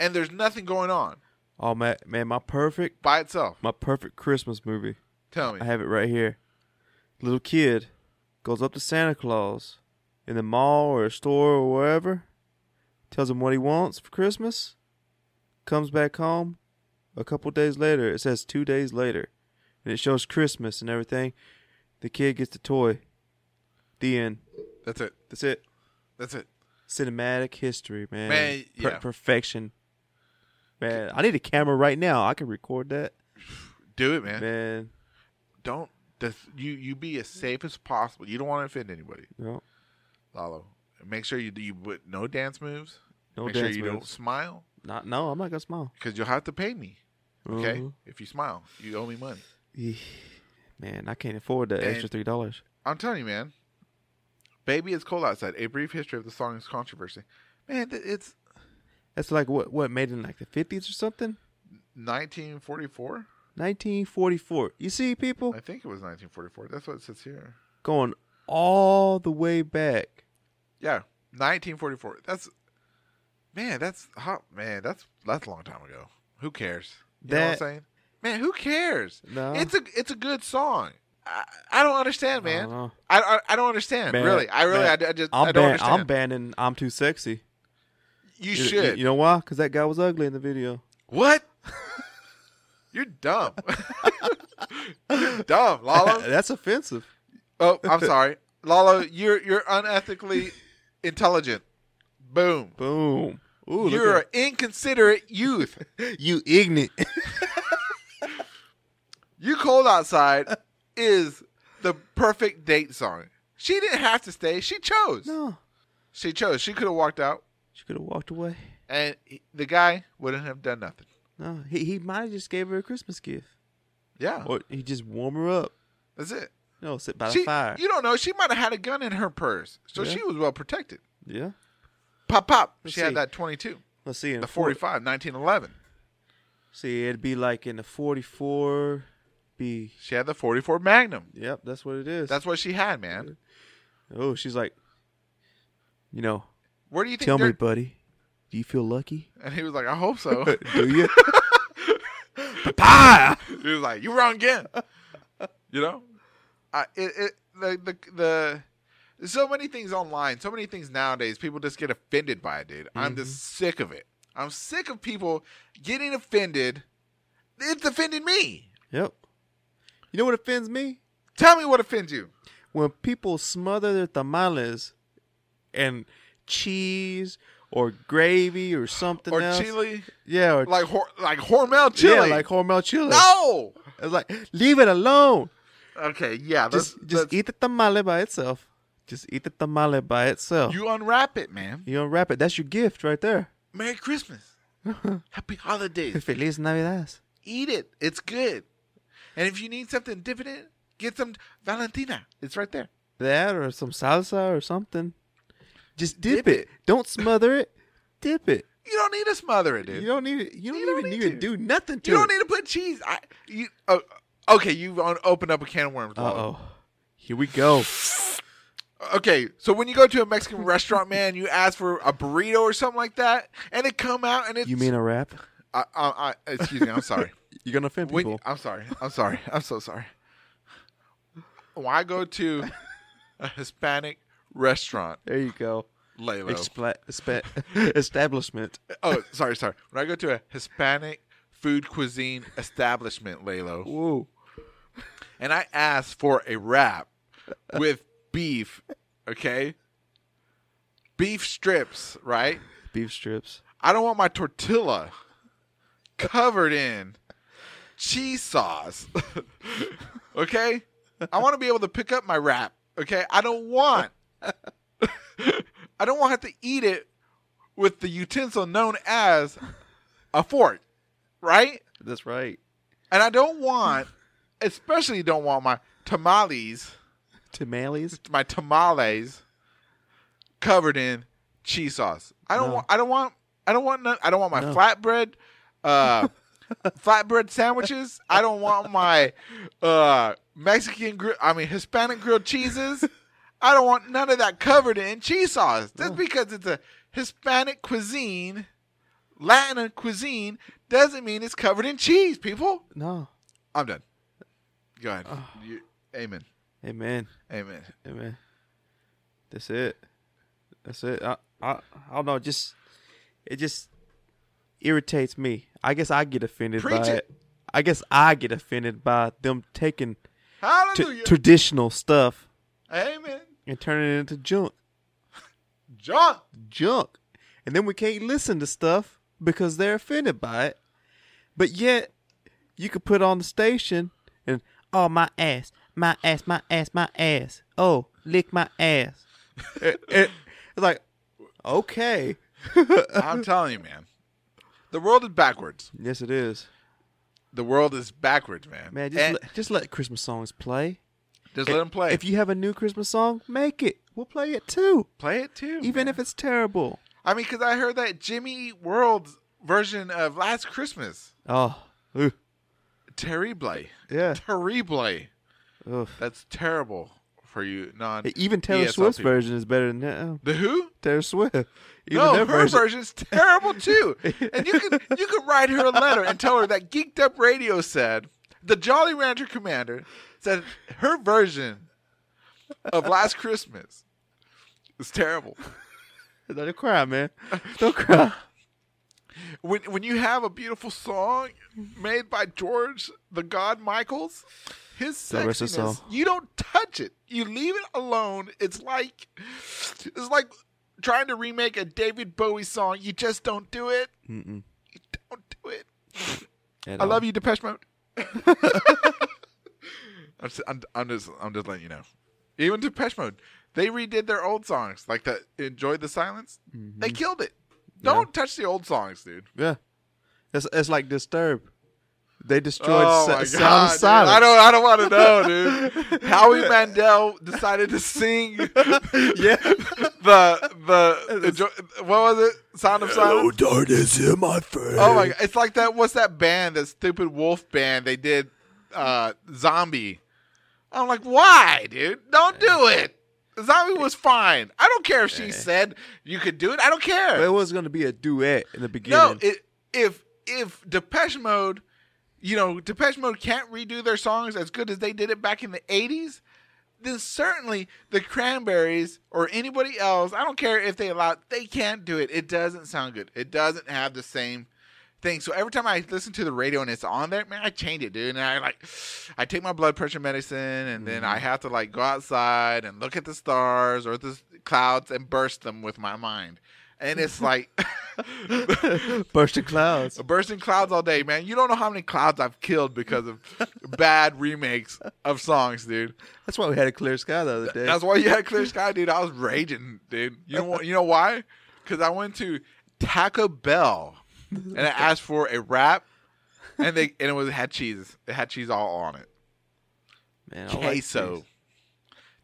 and there's nothing going on
Oh man, man, my perfect
by itself.
my perfect Christmas movie.
Tell me.
I have it right here. Little kid goes up to Santa Claus in the mall or a store or wherever, tells him what he wants for Christmas, comes back home a couple days later. It says two days later, and it shows Christmas and everything. The kid gets the toy. The end.
That's it.
That's it.
That's it.
Cinematic history, man.
Man,
Per-
yeah.
perfection. Man, I need a camera right now. I can record that.
Do it, man.
Man,
Don't just- you you be as safe as possible. You don't want to offend anybody,
no,
Lalo. Make sure you do you put no dance moves.
no
Make
dance
sure you don't
moves.
smile
Not, no, I'm not gonna smile.
because you'll have to pay me. Okay,
Mhm.
if you smile, you owe me money.
Eeh. Mm-hmm. Man, I can't afford that
And-
extra three dollars.
I'm telling you, man. Baby, it's cold outside. A brief history of the song's controversy. Man, th- it's
That's like what what made in like the fifties or something.
1944.
1944. You see, people
I think it was 1944. That's what it says here.
going all the way back.
Yeah, 1944. That's man. That's hot. Man, that's that's a long time ago. Who cares? You know what I'm
That-
saying? Man, who cares?
No.
It's a it's a good song. I, I don't understand,
I
man.
don't know.
I I, I don't understand.
Man,
really, I really
man,
I, I just
I'm
I don't
ban-
understand.
I'm banning. I'm too sexy.
you should.
You know why? Because that guy was ugly in the video.
what? (laughs) You're dumb. (laughs) You're dumb, Lalo.
(laughs) That's offensive.
Oh, I'm sorry, Lalo. You're you're unethically intelligent. Boom.
Boom. Ooh, look
You're an
at-
inconsiderate youth.
you ignorant.
You Cold Outside is the perfect date song. She didn't have to stay. She chose.
no,
She chose. She could have walked out,
she could have walked away.
and he- the guy wouldn't have done nothing.
No, he he might have just gave her a Christmas gift,
Yeah,
or he just warm her up.
that's it.
You know, sit by
She,
the fire.
you don't know. She might have had a gun in her purse, so
Yeah.
she was well protected.
yeah.
Pop, pop.
Let's
she
see.
had that 22,
Let's see. In
the 45, 1911.
See, it'd be like in the 44 B.
She had the 44 Magnum.
Yep, that's what it is.
That's what she had, man.
oh, she's like,
(laughs)
you know,
Where do you think?
tell me,
they're-
buddy, do you feel lucky?
(laughs) And he was like, I hope so.
(laughs)
(laughs)
do you?
He was like, "You wrong again." You know, I it, it the the the there's so many things online, so many things nowadays. People just get offended by it, dude. I'm just
Mm-hmm.
sick of it. I'm sick of people getting offended. It's offended me.
Yep. You know what offends me?
Tell me what offends you.
When people smother their tamales and cheese or gravy or something
Or
else.
chili,
Yeah, or
like hor- like Hormel chili.
Yeah, like Hormel chili.
no.
It's like, leave it alone.
Okay, yeah.
Just,
let's-
just
let's-
eat the tamale by itself. Just eat the tamale by itself.
You unwrap it, man.
You unwrap it. That's your gift right there.
Merry Christmas.
(laughs)
Happy holidays.
Feliz Navidad.
eat it. It's good. And if you need something different, get some Valentina. It's right there.
That or some salsa or something. Just dip,
Dip
it.
it.
Don't smother
(laughs)
it. Dip it.
You don't need to smother it, dude.
You
You don't,
don't need. You don't
You don't
even
need
need to
to.
do nothing to it.
need to put cheese. I you oh, okay. You on- opened up a can of worms.
Uh
Lalo.
oh. Here we go.
Okay, so when you go to a Mexican restaurant, man, you ask for a burrito or something like that, and it come out and it's
You mean a wrap?
I, I, I, excuse me. I'm sorry.
You're gonna offend
When-
(laughs) people.
I'm sorry. I'm sorry. I'm so sorry. When I go to a Hispanic restaurant,
There you go.
Lalo,
Expla- (laughs) spe- establishment.
oh, sorry, sorry. When I go to a Hispanic food cuisine establishment, Lalo,
Whoa.
and I ask for a wrap with beef, okay? Beef strips, right?
Beef strips.
I don't want my tortilla covered in cheese sauce, (laughs) okay? I want to be able to pick up my wrap, okay? I don't want, (laughs) I don't want to have to eat it with the utensil known as a fork, right?
That's right.
And I don't want, especially don't want my tamales,
Tamales.
my tamales covered in cheese sauce. I don't
No.
want. I don't want. I don't want. None, I don't want my
No.
flatbread,
(laughs)
uh, flatbread sandwiches. I don't want my uh Mexican. Gri- I mean Hispanic grilled cheeses. I don't want none of that covered in cheese sauce. Just because it's a Hispanic cuisine, Latin cuisine, doesn't mean it's covered in cheese. People,
No.
I'm done. Go ahead. You, amen.
Amen.
Amen.
Hey, man. That's it. That's it. I, I I don't know. Just it just irritates me. I guess I get offended
Preach
by
it.
it. I guess I get offended by them taking t-
Hallelujah.
traditional stuff
Amen.
and turning it into junk,
John.
junk, and then we can't listen to stuff because they're offended by it. But yet, you could put on the station and oh my ass, my ass, my ass, my ass. Oh, lick my ass.
Eh,
It- it- it's like okay,
I'm telling you, man. The world is backwards.
yes, it is.
The world is backwards, man.
Man, just
And
let, just let Christmas songs play.
just Eh. let them play.
If you have a new Christmas song, make it. We'll play it too,
play it too,
even if it's terrible.
I mean, because I heard that Jimmy Eat World's version of Last Christmas
Oh, ooh,
terrible.
Yeah.
Terrible.
Ugh.
That's terrible for you non. E
Hey, Even Taylor
ESL
Swift's
people.
version is better than that. uh,
The who?
Taylor Swift. Even
no, her
that version.
version's terrible too. And you could you could write her a letter and tell her that Geeked Up Radio said the Jolly Rancher Commander said her version of Last Christmas is terrible.
Don't cry, (laughs) man. Don't cry.
When when you have a beautiful song made by George the God Michaels, his
The rest is
sexiness,
all.
you don't touch it. You leave it alone. It's like it's like trying to remake a David Bowie song. You just don't do it.
Mm-mm.
You don't do it.
At
I
all.
love you, Depeche
(laughs)
Mode. I'm, just, I'm, I'm just, I'm just letting you know. Even Depeche Mode, they redid their old songs, like the "Enjoy the Silence."
Mm-hmm.
They killed it. Don't touch the old songs, dude.
Yeah. It's, it's like Disturbed. They destroyed
oh
Sa-
my
Sound
god,
of
dude.
Silence.
I don't, I don't want to know, dude. Howie Mandel decided to sing the
Yeah. (laughs)
the enjoy, what was it? Sound of
Oh,
Silence.
darkness in my friend.
Oh my! God. It's like that. What's that band? That stupid wolf band. They did uh, zombie. I'm like, why, dude? Don't do it. Zombie was fine. I don't care if she said you could do it. I don't care.
It was going to be a duet in the beginning.
no, it, if if Depeche Mode, you know, Depeche Mode can't redo their songs as good as they did it back in the '80s. Then certainly the Cranberries or anybody else, I don't care if they allow, they can't do it. It doesn't sound good. It doesn't have the same thing. So every time I listen to the radio and it's on there, man, I change it, dude. And I like, I take my blood pressure medicine, and then I have to like go outside and look at the stars or the clouds and burst them with my mind. And it's like
Burst of clouds.
bursting clouds all day, man. You don't know how many clouds I've killed because
(laughs)
of bad remakes of songs, dude.
That's why we had a clear sky the other day.
That's why you had clear sky, dude. I was raging, dude. You know what- you know why? Because I went to Taco Bell and I asked for a wrap, and they and it was it had cheese. It had cheese all on it.
Man, I like
Queso.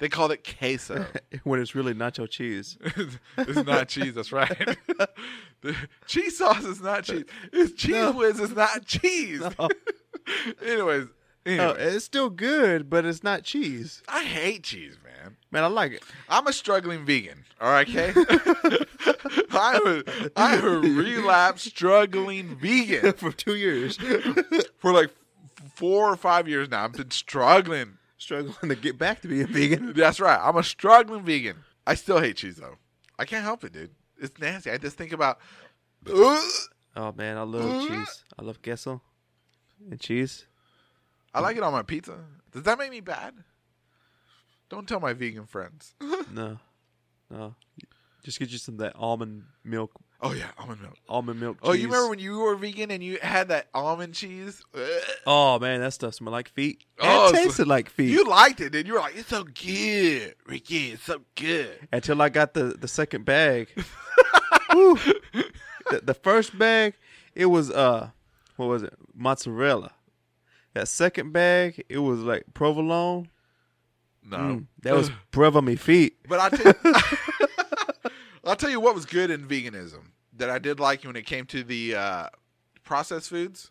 they called it
(laughs)
queso.
cheese. when it's really nacho (laughs) cheese.
it's not cheese. That's
(laughs)
right. cheese sauce is not cheese. It's cheese whiz. It's not cheese. Anyways,
Oh,
anyway,
it's still good, but it's not cheese.
I hate cheese, man.
Man, I like it.
I'm a struggling vegan. All right, okay. I'm a, I'm a relapse struggling vegan
(laughs) For two (laughs) years,
for like f- four or five years now. I've been struggling.
struggling to get back to being vegan.
That's right. I'm a struggling vegan. I still hate cheese though. I can't help it, dude. It's nasty. I just think about.
Oh man, I love cheese. I love queso and cheese.
I like it on my pizza. Does that make me bad? Don't tell my vegan friends.
No, no. Just get you some of that almond milk.
oh yeah, almond milk.
Almond milk. Cheese.
Oh, you remember when you were vegan and you had that almond cheese?
Oh man, that stuff smelled like feet.
Oh,
Oh, it
so-
tasted like feet.
You liked it, dude. You were like, "It's so good, Ricky. It's so good."
(laughs) until I got the the second bag. Whew. the, the first bag, it was uh, what was it? Mozzarella. That second bag, it was like provolone.
No,
Mm, that was brev on me feet.
but I tell, (laughs) I'll tell you what was good in veganism that I did like when it came to the uh, processed foods.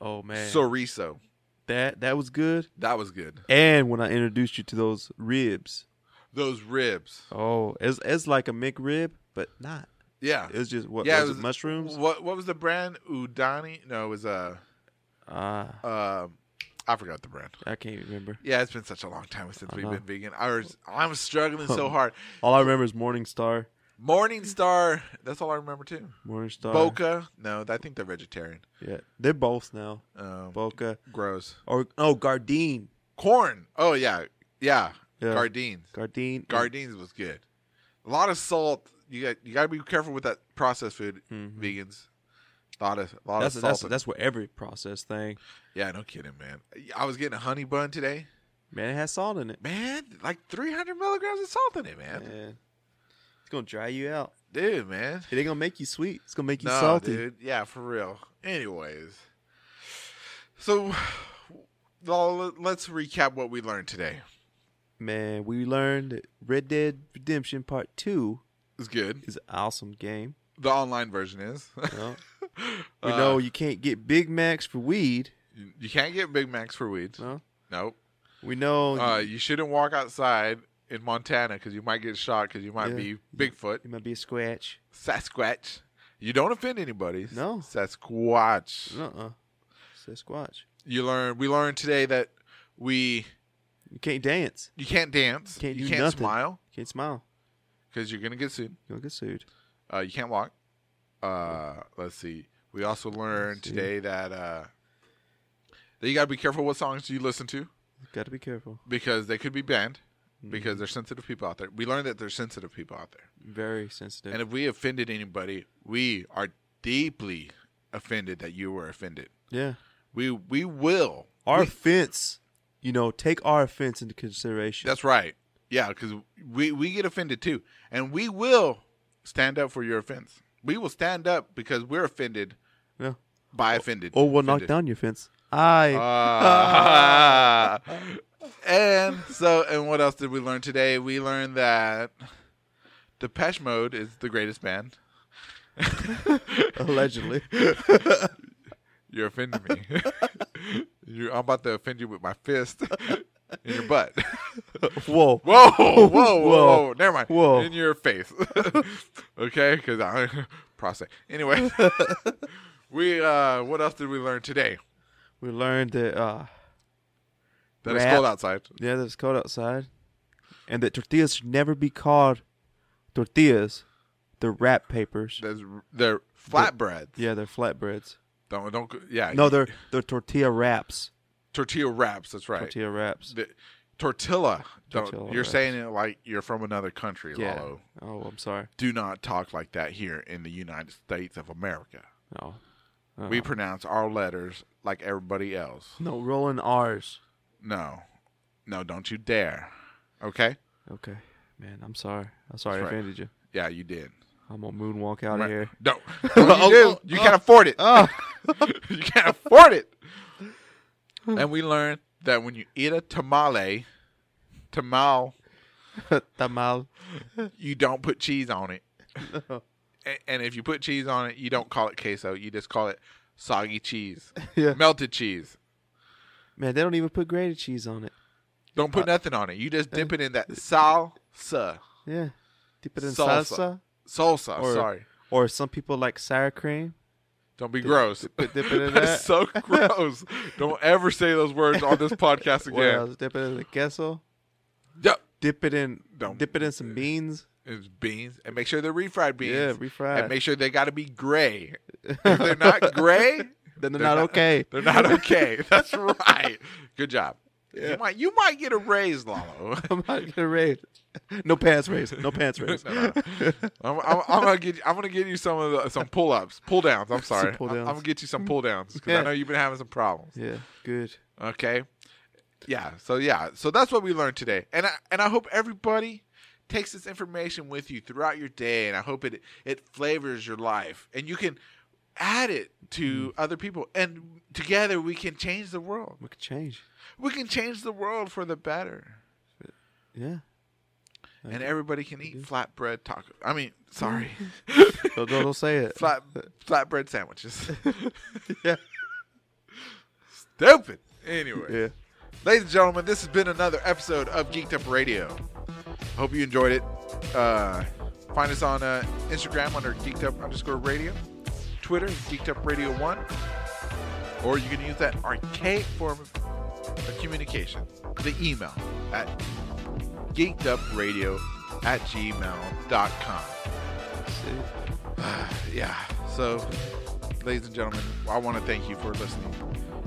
Oh man,
Chorizo,
that that was good.
that was good.
And when I introduced you to those ribs,
Those ribs,
oh, it's it's like a McRib, but not.
yeah,
It was just what
yeah.
was it, mushrooms?
What what was the brand? Udani? No, it was uh,
Ah,
uh, I forgot the brand.
I can't remember.
Yeah, it's been such a long time since we've
know.
been vegan. I was, I'm struggling
(laughs)
so hard.
All I remember is Morningstar.
Morning Star, that's all I remember too.
Morningstar.
Boca, no, I think they're vegetarian.
Yeah, they're both now.
Um,
Boca.
gross.
or oh Gardein.
Corn. Oh yeah, yeah.
Yeah.
Gardines.
Gardein.
Gardines was good. A lot of salt. You got you got to be careful with that processed food. Vegans. A lot of a lot
Mm-hmm. That's
of
that's
salt.
that's where every processed thing.
yeah, no kidding, man. I was getting a honey bun today.
Man, it has salt in it.
Man, like 300 milligrams of salt in it, man.
Man. It's gonna dry you out.
Dude, man.
It ain't gonna make you sweet. It's gonna make you
no,
salty.
dude. Yeah, for real. Anyways, so well, let's recap what we learned today.
Man, we learned that Red Dead Redemption Part Two
It's good.
is an awesome game.
The online version is. (laughs) Uh.
You know, you know you can't get Big Macs for weed.
You, you can't get Big Macs for weeds.
No?
Nope.
We know
Uh, you shouldn't walk outside in Montana because you might get shot because you might
Yeah.
be Bigfoot,
it might be a scratch.
Sasquatch. You don't offend anybody.
No.
Sasquatch.
Uh-uh. Sasquatch.
You learn. We learned today that we
You can't dance.
you can't dance.
Can't
you
do
can't
nothing.
smile
You can't smile.
because you're gonna get sued.
You'll get sued.
Uh, you can't walk. Uh, let's see. We also learned
see.
today that uh, that you gotta be careful what songs you listen to
Got to be careful.
because they could be banned because there's sensitive people out there. We learned that there's sensitive people out there,
Very sensitive.
and if we offended anybody, we are deeply offended that you were offended.
yeah.
We we will.
Our offense, you know, take our offense into consideration.
That's right. Yeah, because we we get offended too, and we will stand up for your offense. We will stand up because we're offended
yeah.
by offended.
Or we'll knock
offended. Uh,
down your fence. I
Ah. (laughs) and so, and what else did we learn today? We learned that Depeche Mode is the greatest band.
(laughs) allegedly.
(laughs) You're offending me. (laughs) you I'm about to offend you with my fist (laughs) in your butt. (laughs)
Whoa.
whoa, whoa, whoa,
(laughs) Whoa.
whoa. Never mind.
Whoa.
In your face. (laughs) okay, because I (laughs) prostate. Anyway, (laughs) we uh, what else did we learn today?
We learned that uh
That it's
Rap.
cold outside.
yeah, that it's cold outside. And that tortillas should never be called tortillas. They're wrap papers.
There's they're flatbreads.
yeah, they're flatbreads.
Don't don't go- yeah.
No,
you-
they're they're tortilla wraps.
tortilla wraps. That's right.
Tortilla wraps.
The- tortilla. Don't-
Tortilla
you're
wraps.
saying it like you're from another country,
Yeah.
Lalo.
Oh, I'm sorry.
Do not talk like that here in the United States of America.
No.
We pronounce our letters like everybody else.
No, rolling R's.
No, no, don't you dare. Okay?
Okay. Man, I'm sorry. I'm sorry I
That's right.
offended you.
Yeah, you did.
I'm gonna moonwalk out
Right.
of here.
(laughs) Don't. Don't you, do. you can't afford it. (laughs) you can't afford it. And we learned that when you eat a tamale, tamal,
Tamal.
you don't put cheese on it. A- And if you put cheese on it, you don't call it queso. You just call it soggy cheese,
Yeah.
melted cheese.
Man, they don't even put grated cheese on it.
Don't put nothing on it. You just dip it in that salsa,
Yeah. Dip it in
Salsa.
salsa.
salsa.
Or-
sorry,
Or some people like sour cream.
don't be gross.
dip it in that.
(laughs) That's so gross. don't ever say those words on
(laughs)
this podcast
What
again.
else? uh, Dip it in the queso.
Yep.
Dip it in.
Don't-
Dip it in some beans.
It's beans, and make sure they're refried beans.
Yeah, refried.
And make sure they got to be
(laughs)
gray. If they're not gray,
Then they're not okay.
(laughs) They're not okay. That's right. Good job. You might you might get a raise, Lalo.
(laughs) I'm not gonna raise. No pants raise.
(laughs)
No pants raise.
No, no, no. I'm, I'm, I'm gonna get you, I'm gonna get you some of the, some pull ups, pull downs.
(laughs)
I'm sorry, I'm-
pull-downs.
I'm, gonna get you
(laughs)
some pull downs because
Yeah.
I know you've been having some problems.
(laughs) Yeah. Good.
Okay, yeah. So yeah, so that's what we learned today, and I and I hope everybody takes this information with you throughout your day, and I hope it it flavors your life, and you can add it to other people, and together we can change the world.
We could change.
We can change the world for the better.
Yeah.
And everybody can eat flatbread tacos. I mean, sorry,
Don't, don't, don't say it.
flat flatbread sandwiches.
(laughs)
(laughs)
Yeah.
Stupid. Anyway,
Yeah.
ladies and gentlemen, this has been another episode of Geeked Up Radio. Hope you enjoyed it. Uh, find us on uh, Instagram under Geeked Up underscore Radio, Twitter Geeked Up Radio One, or you can use that archaic form of communication, the email at geekedupradio at gmail.com. (sighs)
See?
yeah. So, ladies and gentlemen, I want to thank you for listening.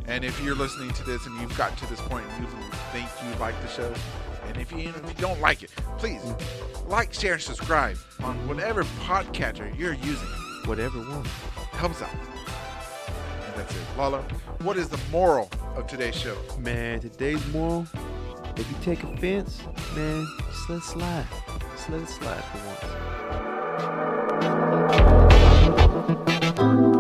And if you're listening to this and you've got to this point and you think you like the show, and if you, if you don't like it, please like, share, and subscribe on whatever podcatcher you're using.
Whatever one.
Helps out. And that's it. Lalo, what is the moral of today's show?
Man, today's moral, if you take offense, man, just let it slide. Just let it slide for once.